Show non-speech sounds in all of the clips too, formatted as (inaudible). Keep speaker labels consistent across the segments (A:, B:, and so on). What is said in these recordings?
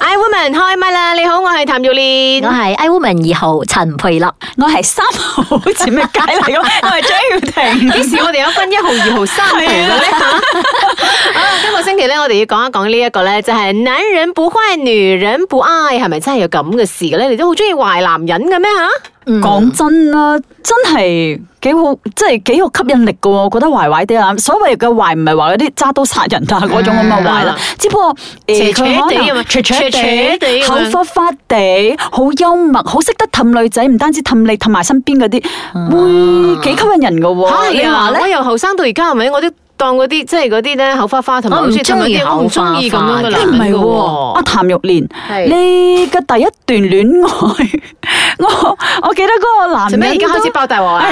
A: Iwoman 開唛啦！你好，我係譚玉
B: 我
A: 蓮。
B: 係 I Woman 二號陳培樂，
C: 我係三號，好似咩解嚟 (laughs) 咁？我係張耀 (laughs) 廷。
A: 幾時我哋有分一號、二號、三號嘅咧？ (laughs) 啊，今個星期咧，我哋要講一講呢一個咧，就係男人不壞，女人不愛，係咪真係有咁嘅事嘅咧？你都好中意壞男人嘅咩吓？
B: 嗯
C: 講真啦，真係幾好，即係幾有吸引力噶喎。我覺得壞壞啲啦，所謂嘅壞唔係話嗰啲揸刀殺人啊嗰種咁嘅壞啦，只不過
A: 斜
C: 誒
A: 斜
C: 佢可
A: 地啊嘛
C: 能 (laughs) 斜
A: 斜
C: 斜
A: 斜地
C: 地、
A: 啊
C: 口
A: 嘛
C: 花花地，好幽默，好識得氹女仔，唔單止氹你，氹埋身邊嗰啲，會幾吸引人噶喎。你
A: 係
C: 話
A: 啊，
C: 咧
A: 我？由後生到而家係咪？我都當嗰啲即係嗰啲咧口花花同埋
B: 我唔
A: 好似氹嗰啲
B: 鍾意
A: 我唔中意咁樣嘅
B: 口花花
A: 男
B: 嘅
C: 唔係
A: 人嘅
C: 喎，啊
A: 喎
C: 阿譚玉蓮
A: 係，
C: 你嘅第一段戀愛， (laughs) 我我記得嗰個男
A: 做
C: 人
A: 咩而家
C: 都
A: 開始爆大鑊啊？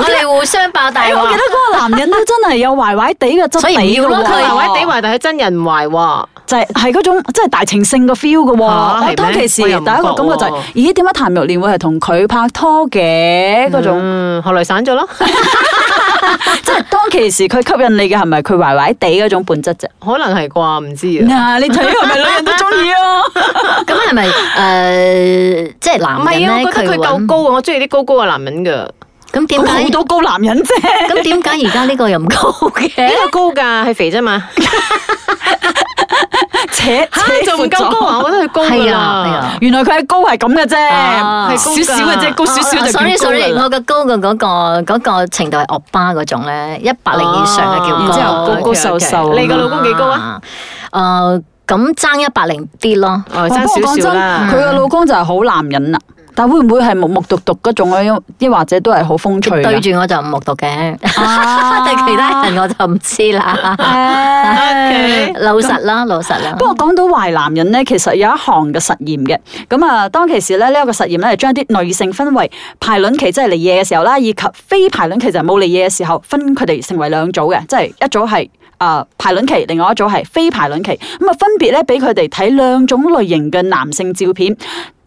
B: 我哋互相爆大
C: 我記
B: 鑊
C: 得。 (laughs) 嗰個男人都真係有壞壞地嘅質
B: 所以唔
C: 地
B: 要
C: 嘅
B: 咯
C: 喎，
A: 佢壞壞地壞，但 (laughs) 係佢真人唔壞喎。
C: 就係係嗰種即係大情聖嘅 feel 嘅喎。
A: 嚇啊係咩
C: 我當其時
A: 我
C: 第
A: 又
C: 一
A: 唔
C: 個感覺就
A: 覺
C: 係
A: 喎，
C: 咦點解譚玉蓮會係同佢拍拖嘅嗰種？
A: 嗯，後來散
C: (laughs)
A: 咗咯，啊
C: 即係當其時佢吸引你嘅係咪佢壞壞地嗰種本質
A: (laughs)
C: 啫？
A: 可能係啩，唔知啊。
C: 嗱，你睇係咪女人都中意啊？
B: 咁係咪诶，即係
A: 唔
B: 男人
A: 係啊，
B: 咧？
A: 我覺得佢夠
B: 搵
A: 高啊，我中意啲高高嘅男人㗎。
B: 咁點
C: 佢
B: 解
C: 好？多高男人啫。
B: 咁點解而家呢個又唔高嘅
A: 呢？個高㗎，係肥啫嘛。
C: 扯
A: 嚇
C: 扯
A: 仲唔
C: 闊
A: 夠高
C: 咗。
A: 啊？我覺 (laughs) 得佢高㗎
B: 係啊係
A: 啦
B: 啊。
C: 原來佢係高係咁嘅啫，
B: 啊
A: 係高
C: 少
A: 㗎
C: 少嘅啫，高少少就叫
B: sorry
C: 高
B: sorry，
C: 啦。
B: 哦我嘅高嘅嗰個嗰個程度係惡巴嗰種咧，一百零以上嘅叫
A: 哦
B: 高。
C: 然之後高高瘦瘦
A: 你個老公幾高啊？
B: 啊？誒，咁爭一百零啲咯。
A: 哦，
C: 我
A: 爭少少
B: 嗯
A: 啦。
C: 佢個老公就係好男人啦，但會唔會係木木獨獨嗰種啊？因抑或者都係好風趣
A: 啊
C: 啊㗎
B: 對住我就唔目讀嘅，(laughs)
C: 啊
B: 但係其他人我就唔
A: (laughs)
B: 知啦。 (laughs)
C: 唉
A: OK
B: 老實啦，老實啦。
C: 不過講到壞男人咧，其實有一項嘅實驗嘅。咁啊，當其時咧，呢一個實驗咧係將啲女性分為排卵期即係嚟夜嘅時候啦，以及非排卵期就係冇嚟夜嘅時候，分佢哋成為兩組嘅，即係一組係。啊、排卵期，另外一組係非排卵期，咁啊分別咧俾佢哋睇兩種類型嘅男性照片，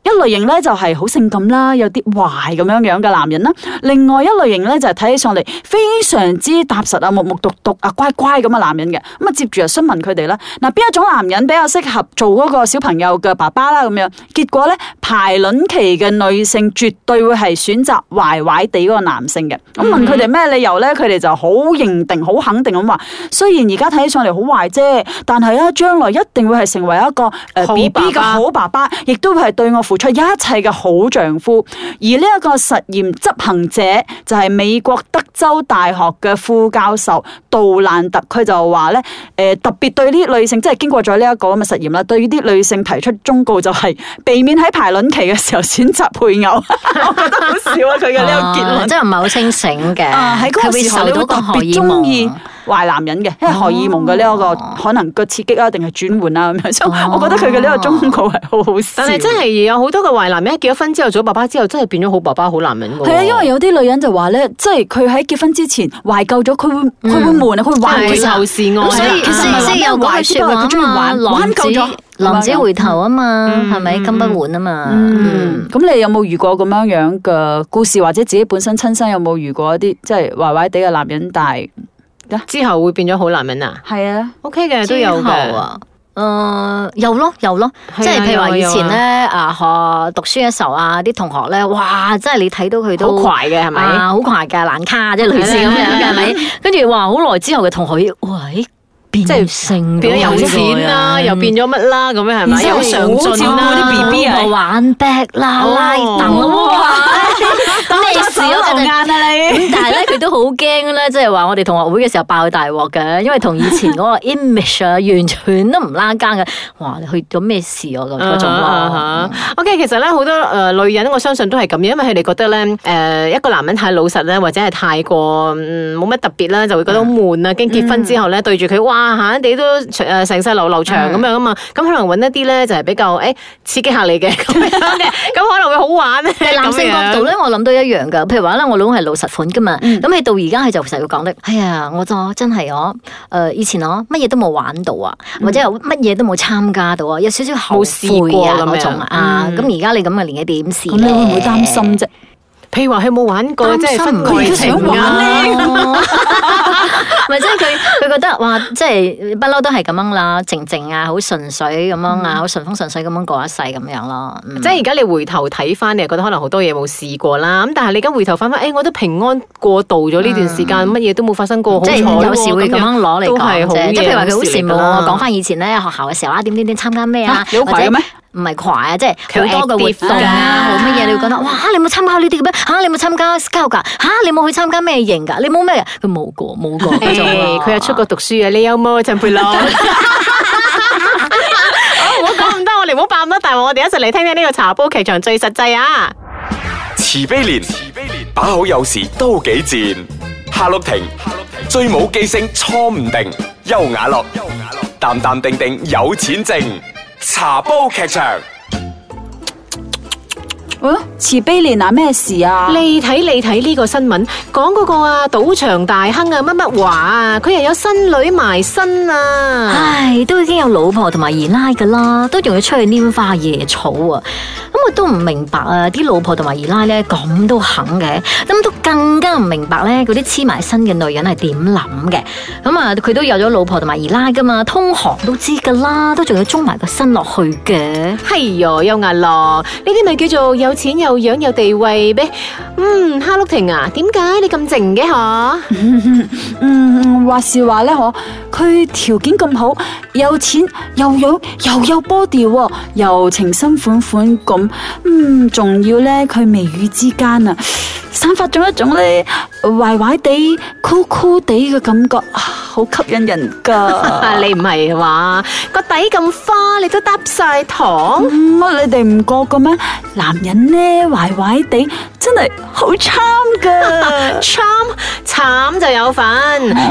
C: 一類型咧就係好性感啦，有啲壞咁樣樣嘅男人啦；啊另外一類型咧就係睇起上嚟非常之踏實啊、木木獨獨啊、乖乖咁嘅男人嘅。咁啊，接住就詢問佢哋啦，嗱邊一種男人比較適合做嗰個小朋友嘅爸爸啦咁樣？結果咧排卵期嘅女性絕對會係選擇壞壞地嗰個男性嘅。咁
A: 嗯
C: 問佢哋咩理由咧？佢哋就好認定、好肯定咁話，雖然而家睇起上嚟好壞啫，但係咧將來一定會係成為一個
A: 好
C: 誒 B B 嘅
A: 爸爸
C: 好爸爸，亦都會係對我付出一切嘅好丈夫。而呢一個實驗執行者就係美國德州大學嘅副教授杜蘭特，佢就話咧，誒、特別對呢啲女性，即係經過咗呢一個咁嘅實驗啦，對呢啲女性提出忠告就係避免喺排卵期嘅時候選擇配偶。 (laughs) 我覺得好笑啊！佢嘅呢個結論。
B: 啊真係唔係好清醒嘅。
C: 啊！喺嗰
B: 佢
C: 個
B: 會
C: 時候，
B: 受
C: 你
B: 到
C: 會特
B: 個荷
C: 別
B: 爾
C: 中
B: 蒙啊
C: 意壞男人嘅，因為荷爾蒙嘅呢一個
B: 哦
C: 可能個刺激啊，定係轉換啊咁樣，所以
B: 哦
C: 我覺得佢嘅呢個忠告係好好笑。
A: 但係真係有好多嘅壞男人，一結咗婚之後做咗爸爸之後，真係變咗好爸爸、好男人㗎喎。
B: 哦
C: 係啊，因為有啲女人就話咧，即係佢喺結婚之前懷舊咗，佢
B: 嗯
C: 會佢會悶啊，佢會
A: 壞
C: 懷
A: 佢
C: 舊
A: 仇視愛，
B: 咁所以
C: 其實
B: 即
C: 唔係話
B: 係
C: 咩
B: 有嗰
C: 壞
B: 句
C: 之
B: 説
C: 不過
B: 話
C: 佢中意
B: 啊
C: 玩
B: 嘛，
C: 玩
B: 林子
C: 夠咗
B: 林子回頭啊嘛，
A: 嗯
B: 係咪金不換啊嘛？
C: 嗯，咁你有冇遇過咁樣樣嘅故事，或者自己本身親身有冇遇過一啲即係壞壞地嘅男人？但係
A: 之後會變咗好男人啊
C: 係啊，
A: ？OK 嗯嘅，都
B: 之
A: 有
B: 後
A: 嘅。
B: 啊。誒、有咯有咯，
A: 係啊
B: 即係譬如話以
A: 有啊
B: 前咧，啊學讀書嘅時候啊，啲同學咧，哇！真係你睇到佢
A: 好
B: 都
A: 快嘅係咪？
B: 啊啊好快㗎，爛卡即係類似咁樣嘅係咪？跟住話好耐之後嘅同學，哇！咦變
A: 即係
B: 性
A: 變咗有錢
B: 啊
A: 啦，又變咗乜啦，咁樣係咪？
C: 然之後
A: 有上進
C: 好照顧
A: 啦，
C: 啲 BB 啊
B: 玩 back 啦、
A: 哦
B: 拉凳啊
A: (laughs)
B: 哇！咩事啊？
C: 眼啊你！
B: 咁但係咧，佢都好驚咧，即係話我哋同學會嘅時候爆大鑊嘅，因為同以前
A: (laughs)
B: 嗰個 image 啊，完全都唔拉更嘅。哇！你去咗咩事啊？咁嗰種
A: 啊
B: 咯，
A: OK，其實咧好多誒女人，我相信都係咁樣，因為佢哋覺得咧誒一個男人太老實咧，或者係太過嗯冇乜特別啦，就會覺得好悶啦。經結婚之
B: 嗯
A: 後咧，對住佢哇嚇地都誒成世流流長咁樣啊嘛，咁可能揾一啲咧就係比較誒刺激下你
B: (laughs)
A: 嘅咁樣嘅，咁可能會好玩啊咧。
B: 但係男性角度咧，我諗都一樣㗎。譬如話咧，我老公係老實款㗎嘛，
A: 嗯
B: 咁你到而家佢就成日會講得，哎呀，我就真係我誒以前我乜嘢都冇玩到啊，或者係乜嘢都冇參加到啊，有少少後
A: 嗯冇試過
B: 悔啊
A: 咁樣
B: 嗰種啊。
A: 嗯
B: 咁而家你咁嘅年紀點試
C: 咁你會唔會
B: 咧
C: 擔心啫？
A: 譬譬如話佢冇玩過，即
B: 擔
A: 係
B: 心啊
A: 婚
C: 佢
A: 外
C: 而家想
A: 情
C: 玩
A: 啊。
C: 咧
A: (laughs)
B: 哦 (laughs) 咪即係佢佢覺得哇，即係不嬲都係咁樣啦，靜靜啊，好順水咁樣
A: 嗯
B: 啊，好順風順水咁樣過一世咁樣咯。嗯
A: 即係而家你回頭睇翻，你又覺得可能好多嘢冇試過啦。咁但係你而家回頭翻翻，誒、我都平安過渡咗呢段時間，乜嘢、都冇發生過，好
B: 即
A: 彩
B: 係
A: 喎
B: 有時會咁啊樣攞嚟
A: 都係
B: 講
A: 好
B: 啫，
A: 嘢
B: 即係譬如話佢好羨慕
A: 好事嚟㗎
B: 我
A: 啦
B: 講翻以前咧學校嘅時候啦，點點點參加咩啊，
C: 你好
B: 或
C: 快
B: 者
C: 嘅咩？
B: 唔係跨啊，即係好多嘅活
A: active
B: 動啊，好
A: 㗎
B: 乜嘢你會覺得哇你冇參加呢啲嘅咩？嚇你冇參加 scout 㗎？嚇你冇去參加咩營㗎？你冇咩㗎？佢冇過
A: (laughs)
B: 冇過嗰種
A: 誒
B: 咯
A: 佢有出過讀書啊，你有冇啊陳 (laughs) 佩樂？好唔好講咁多，我哋唔好爆咁多大鑊，我哋一齊嚟聽聽呢個茶煲劇場最實際啊！
D: 慈悲蓮，慈悲蓮，把口有時都幾賤。夏綠庭，夏綠庭，最冇記性錯唔定。優雅樂，優雅樂，淡淡定定有錢剩。茶煲劇場。
C: 嗯慈悲蓮啊，咩事啊？
A: 你睇你睇呢個新聞，講嗰個啊賭場大亨啊乜乜華啊，佢又有新女埋身啊！
B: 唉，都已經有老婆同埋姨奶噶啦，都仲要出去拈花惹草啊！咁我都唔明白啊，啲老婆同埋姨奶咧咁都肯嘅，咁都更加唔明白咧，嗰啲黐埋身嘅女人係點諗嘅？咁啊，佢都有咗老婆同埋姨奶噶嘛，通行都知噶啦，都仲要中埋個身落去嘅。
A: 係喲，優雅樂，呢啲咪叫做有錢有樣有地位咩？嗯，哈碌婷啊，點解你咁靜嘅嗬？
C: 嗯，話是話咧，我佢條件咁好，有錢又有又有 body 喎，又情深款款咁，嗯，仲要咧佢眉宇之間啊，散發咗一種咧壞壞地、酷酷地嘅感覺，啊好吸引人
A: 啊
C: 噶。
A: 你唔係話個底咁花，你都搭晒糖？。
C: 嗯乜你哋唔覺嘅咩？男人咧壞壞地，真係好 charm 噶
A: Charm 慘就有份，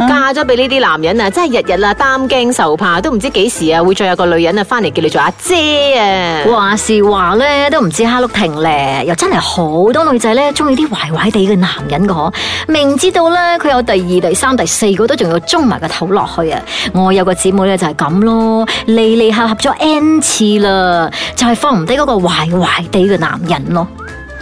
A: 嫁咗俾呢啲男人啊，真係日日啊擔驚受怕，都唔知幾時啊會再有個女人啊翻嚟叫你做阿姐啊！
B: 話是話咧，都唔知哈碌停咧，又真係好多女仔咧，中意啲壞壞地嘅男人嘅嗬。明知道咧，佢有第二、第三、第四個，都仲要中埋個頭落去啊！我有個姊妹咧就係咁咯，嚟嚟合合咗 N 次啦，就係放唔低嗰個壞壞地嘅男人咯。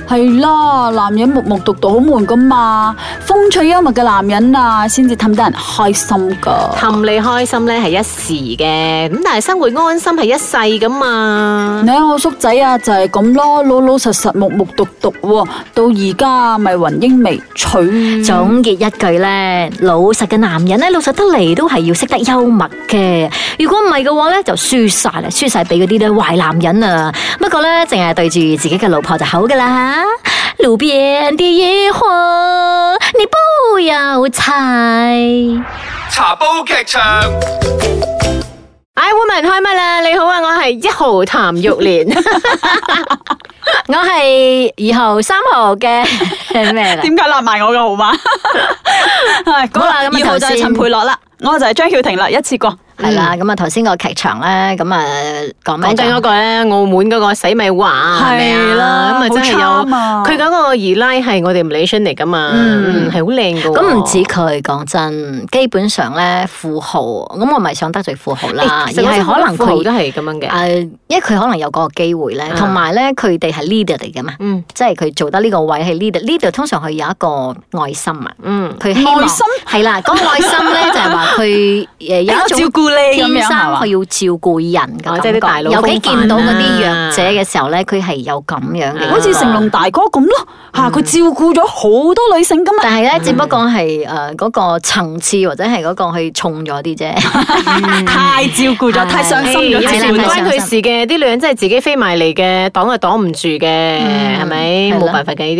C: 係啦，男人木木獨獨好悶噶嘛，風趣幽默嘅男人啊，先至氹得人開心噶。
A: 氹你開心咧係一時嘅，咁但係生活安心係一世噶嘛
C: (laughs) 你。睇我叔仔啊，就係咁咯，老老實實木木獨獨喎，到而家咪雲英未娶。
A: 嗯
B: 總結一句咧，老實嘅男人咧，老實得嚟都係要識得幽默嘅。如果唔係嘅話咧，就輸晒啦，輸晒俾嗰啲咧壞男人啊。不過咧，淨係對住自己嘅老婆就好噶啦。路邊的野花，你不要採。
D: 茶煲劇場。
A: I 哎 woman 開唛啦！你好啊，我係一號譚玉蓮，
B: 我係二號、三
A: (laughs)
B: 號嘅咩啦？
C: (laughs) 點解立埋我嘅號碼？
B: (laughs)
C: 係
B: 好啦咁啊
C: 二號
B: 頭
C: 就係
B: 先
C: 陳佩樂啦，我就係張曉婷啦，一次過。
B: 係啦，咁啊頭先個劇場咧，咁啊講咩
A: 講
B: 就？
A: 緊嗰個咧，澳門嗰個洗米華係咪啊
C: 係啦
A: 咁啊真係
C: 好
A: 有
C: charm 啊
A: 佢嗰個姨奶係我哋 Malaysian 嚟噶嘛，嗯係好靚噶喎。
B: 咁唔止佢，講真，基本上咧富豪，咁我唔係想得罪富豪
A: (laughs)
B: 啦，而
A: 誒
B: 係可能
A: 富豪都係
B: 佢
A: 咁樣
B: 誒、
A: 嘅。
B: 因為佢可能有嗰個機會咧，
A: 啊
B: 同埋咧佢哋係 leader 嚟嘅嘛，
A: 嗯
B: 即係佢做得呢個位係 leader，leader 通常佢有一個愛心啊，
A: 嗯，
B: 佢希望
C: 愛心
B: 係啦，嗰、個愛心咧就係話
A: (laughs)
B: 佢誒有一
C: 照
B: 種。
C: 顧你咁
B: 天
C: 樣
B: 生
C: 係嘛
B: 佢？要照顧人
A: 哦
B: 嘅
A: 即係啲大
B: 感覺，
A: 佬
B: 尤其
A: 風範
B: 見到嗰啲
A: 啊
B: 弱者嘅時候咧，佢係有咁樣嘅一個，
C: 好似成龍大哥咁咯，
B: 嗯
C: 吓佢照顧咗好多女性噶嘛。
B: 但係咧，只不過係誒嗰個層次或者係嗰個去重咗啲啫。
C: 太照顧咗，
B: 係
C: 太傷心
A: 有
C: 咗
B: 係
A: 時
B: 啦
A: 時
C: 自己
A: 唔
B: 係啦
A: 關
B: 係啦
A: 佢事嘅，啲女人真係自己飛埋嚟嘅，擋又擋唔住嘅，
B: 嗯
A: 係咪？
B: 係啦
A: 冇辦法嘅呢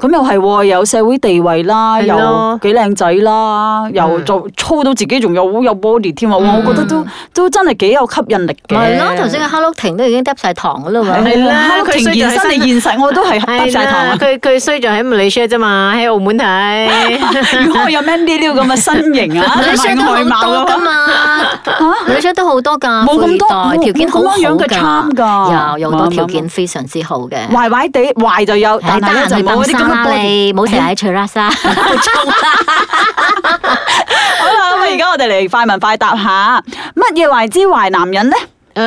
A: 啲。
C: 咁又係喎，有社會地位啦，
A: 係
C: 又
A: 咯
C: 幾靚仔啦，又做粗到自己仲有有 body 添啊！哇，我覺得都都真係幾有吸引力
B: 咪係
C: 嘅。啊
B: 咯，頭先嘅 Hello 婷都已經嗒晒糖噶啦喎。
A: 係啦佢
C: 停
A: 衰在
C: 現身嚟現實，我都係得晒糖
A: (laughs) 啦
C: 啊！
A: 佢佢衰就喺 Malaysia 啫嘛，喺澳門睇。
C: 如果我有 Mandy 呢個咁嘅身
B: (laughs)
C: 形啊，
B: 女
C: 同
B: 仔都
C: 埋
B: 好
C: 外貌
B: 多
C: 嘅
B: 噶
C: 話，
B: 嘛，女仔都好多噶，
C: 冇咁多
B: 富二代
C: 冇
B: 條件好
C: 冇咁
B: 好
C: 樣嘅
B: 噶
C: charm，㗎
B: 有有好多條
C: 冇冇
B: 件非常之好嘅。
C: 壞壞地壞就有，
B: 唉
C: 但
B: 得
C: 係咧
B: 閒
C: 就
B: 去
C: 冇
B: 蹦
C: 嗰啲嗯
B: 沙
C: 咁嘅
B: 啦
C: body。
B: 你，冇成日喺翠拉沙。
C: (laughs) 好啦，咁而家我哋嚟快問快答下，乜嘢為之壞男人咧？
A: 誒、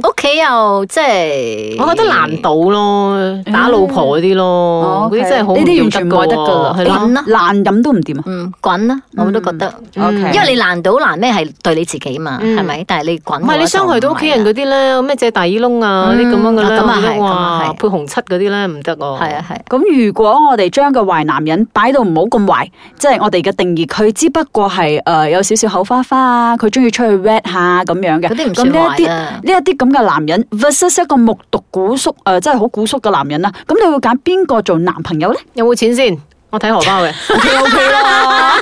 A: 得。
B: 屋企又即係，
A: 我覺得難賭咯，打老婆嗰啲
C: Ờ,
A: 咯，哦嗰啲真係好
C: 哦呢啲完
A: 唔
C: 全
A: 掂
C: 唔愛得
A: 得
C: 噶
A: 㗎
C: 啦，
A: 喎，係
B: 啦
A: 咯。
B: 啦
C: 爛飲都唔掂啊。
B: 嗯，滾啦，我都覺得。
C: OK
B: 因為你難到難咩係對你自己嘛，
A: 嗯
B: 係咪？但係你滾
A: 唔係你傷害到屋企人嗰啲咧，咩借大耳窿啊啲咁樣嘅
B: 啊嗯
A: 咧，我覺
B: 啊咁啊
A: 得
B: 係咁啊
A: 哇
B: 係
A: 配紅漆嗰啲咧唔得喎。
B: 係啊係。
C: 咁如果我哋將個壞男人擺到唔好咁壞，即係我哋嘅定義，佢只不過係诶、呃有少少口花花啊，佢中意出去 red 下咁樣嘅。
B: 嗰啲唔
C: 咁
B: 算
C: 呢一啲
B: 壞啊啦
C: (laughs)
B: (laughs)
C: 呢。一啲咁嘅男人 versus 一個目睹古叔诶、呃真係好古叔嘅男人啦。咁你會揀邊個做男
B: (laughs)
C: 朋友咧
A: 有冇錢先？我睇荷包嘅，
C: ？OK OK 啦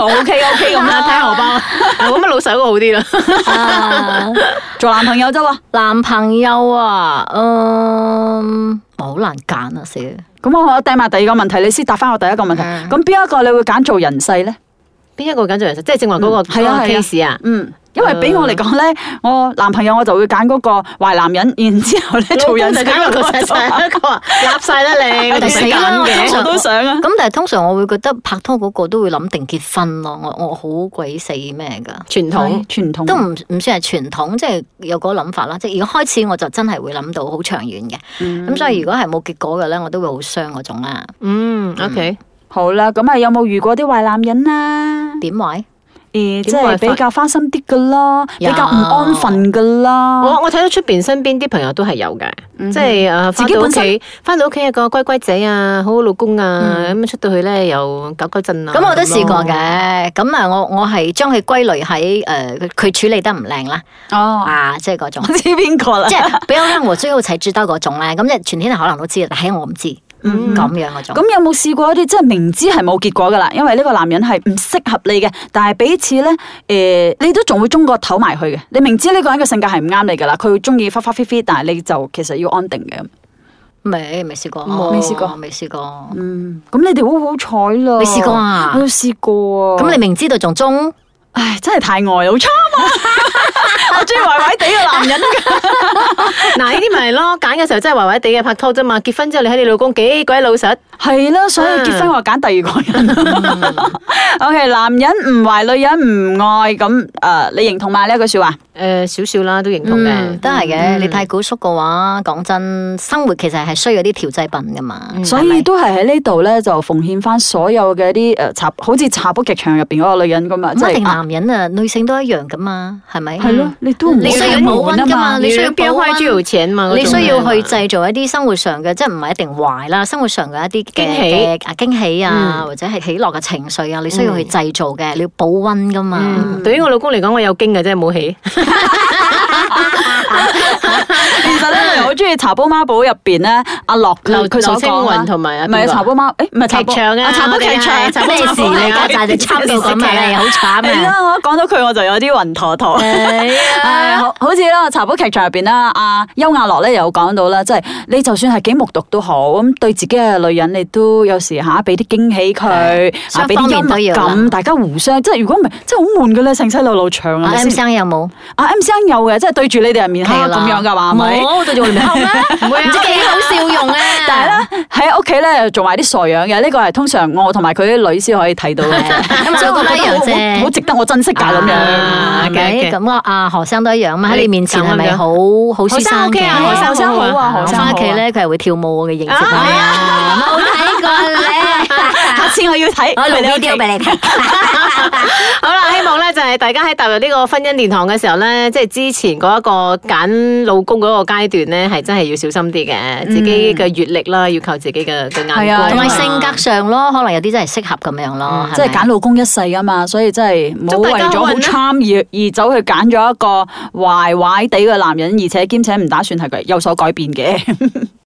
C: ，OK OK 咁
B: (laughs)
C: 啦，睇荷包
A: 我咁啊老手好啲啦。
B: 啊
C: 做男朋友啫喎。
B: 男朋友啊，嗯，我好難揀啊，死啦！
C: 咁我我掟埋第二個問題，你先答翻我第一個問題。
B: 嗯
C: 咁邊、一個你會揀做人世咧？
A: 邊一個緊張人？即係正話嗰個
C: 嗯
A: 嗰
C: 係啊
A: 個
C: 係啊
A: case 啊？
C: 嗯，因為俾我嚟講咧，我男朋友我就會揀嗰個壞男人，然之後咧做人
A: 老公就揀個細細一
B: (laughs)
A: 個，揦晒啦你，我哋
B: 但係
A: 死
B: 死啦
A: 啦
B: 我通
C: 我
A: 嘅
B: 常。
C: 都想啊。
B: 咁但係通常我會覺得拍拖嗰個都會諗定結婚咯，我我好鬼死咩㗎，
A: 傳統
C: 係傳統
B: 都唔唔算係傳統，即係有嗰個諗法啦。即係如果開始我就真係會諗到好長遠嘅，咁、所以如果係冇結果嘅咧，我都會好傷嗰種啊啦。
A: 嗯，OK，
C: 好啦，咁啊有冇遇過啲壞男人啊？
B: 點位？
C: 誒，即
A: 點壞
C: 係
A: 法
C: 比較花心啲噶啦，比
B: 有
C: 較唔安分噶啦。
B: 嗯
A: 我我睇到出邊身邊啲朋友都係有嘅，即係誒
C: 自
A: 翻
C: 己
A: 到屋
C: 本身
A: 企，翻到屋企一個乖乖仔啊，好好老公啊，咁出到去咧又搞搞震啊。
B: 嗯咁我都試過
A: 咯。
B: 嘅，咁啊我我係將佢歸類喺誒佢佢處理得唔靚啦，
C: 哦，
B: 啊 (laughs) 即係嗰種
C: 我。知邊個啦
B: 即。係比較咧，我需要睇知道嗰種咧，咁即係全天下可能都知，但係我唔知
C: 嗯
B: 咁樣嗰種。
C: 咁有冇試過一啲即係明知係冇結果噶啦，因為呢個男人係唔適合你嘅，但係彼此咧，誒、你都仲會中個頭埋去嘅。你明知呢個人嘅性格係唔啱你噶啦，佢會中意花花飛飛，但係你就其實要安定嘅。
B: 未未試過，
A: 冇
C: 嗯未試過
B: 未試過。
C: 嗯，咁你哋好好彩啦！
B: 你試過啊
C: 我都試過啊。
B: 咁你明知道仲中，
C: 唉，真係太呆啦，好差
B: (laughs)
C: 啊！我中意壞壞地嘅男人㗎。
A: (laughs) 嗱，呢啲咪係咯，揀嘅時候真係壞壞地嘅拍拖啫嘛，結婚之後你睇你老公幾鬼老實，
C: 係啦，所以
B: 嗯
C: 結婚我揀第二個人。O (laughs) K，男人唔壞，女人唔愛，咁诶、呃你認同嘛呢一句说話？
A: 誒少少啦，都認同嘅
B: 嗯，都係嘅。你太古縮嘅話，講真，生活其實係需要啲調劑品噶嘛。
C: 嗯所
B: 嗯係
C: 以
B: 咪
C: 都係喺呢度咧，就奉獻翻所有嘅啲诶茶，好似茶煲劇場入边嗰個女人咁啊，即
B: 唔一定
C: 係啊
B: 男人啊，女性都一樣噶嘛，係咪？嗯
C: 係咯，你都唔
B: 你需要
C: 好
B: 保温
C: 悶啊
B: 㗎嘛你需要
A: 表
B: 保
A: 開
B: 溫
A: 豬油錢嘛，嗰
B: 你
A: 種
B: 需要
A: 啊
B: 去製造一啲生活上嘅，即係唔係一定壞啦，生活上嘅一啲嘅
A: 驚喜
B: 嘅啊驚喜
C: 嗯
B: 啊，或者係喜樂嘅情緒啊，你需要去製造嘅，你要保温噶嘛。 (laughs)
A: 嗯，對於我老公嚟講，我有經嘅啫，冇起。
C: 其實咧，我又好中意茶煲孖寶入邊咧，阿樂
A: 劉
C: 佢佢所
A: 劉青
C: 講啦
A: 雲同埋啊
C: 唔係
A: 邊個
C: 茶煲孖，誒唔係茶
A: 劇
C: 煲
A: 場啊，
C: 茶煲劇場，
A: 場
B: 咩事你
C: (laughs)
B: 家寨就慘到咁啊！你好慘
C: 係
B: 啊！
C: 啦，我一講到佢我就有啲暈陀陀。 (laughs) 係啊好好似啦，茶煲劇場入邊啦，阿邱亞樂咧有講到啦，即係你就算係幾木獨都好，咁對自己嘅女人，你都有時嚇俾啲驚喜佢，啊
B: 雙
C: 俾
B: 方
C: 啲幽
B: 面都
C: 默
B: 要啦
C: 感，大家互相即係如果唔係，真係好悶嘅咧，成世路路長
B: 阿
C: 啊！
B: M 生有冇？
C: 阿 M 生有嘅，即係對啊住你哋人面黑咁樣㗎嘛，係咪？
B: 冇對住我哋面口咩？
A: 唔會 (laughs)
B: 唔知幾好笑容啊！
C: 但係咧喺屋企咧做埋啲傻樣嘅，呢個係通常我同埋佢啲女先可以睇到嘅，
B: 咁
C: 所以
B: 兩
C: 我
B: 個
C: 覺
B: 都一樣
C: 得好好
B: 啫。
C: 值得我珍惜㗎咁樣。
A: 啊
B: 係咪
A: OK，OK
B: 咁啊，阿何生都一樣嘛，啊喺你面前係咪好好
A: 何
B: 先
A: 生
B: 生
A: OK
B: 嘅？
A: 啊，何生好啊，
C: 何
B: 我
C: 生好啊
B: 翻屋企咧，佢係會跳舞嘅形式
A: 啊
B: 係啊，冇睇過咧，
C: 下次我要睇，
B: 我
C: 嚟
B: 錄
C: 你屋企
B: video 俾你睇。
A: 好啦，希望咧就係大家喺踏入呢個婚姻殿堂嘅時候咧，即係之前嗰一個揀老公嗰個階段咧，係真係要小心啲嘅，自己嘅閱歷啦，要靠自己嘅嘅
C: 係
A: 眼
C: 啊
A: 光，
B: 同埋
C: 因為
B: 性格上咯，可能有啲真係適合咁樣咯，
C: 即係
B: 係咪
C: 揀老公一世啊嘛，所以真係冇
A: 祝大
C: 為
A: 家
C: 咗好
A: 運啦
C: charm 而而走去揀咗一個壞壞地嘅男人，而且兼且唔打算係佢有所改變嘅。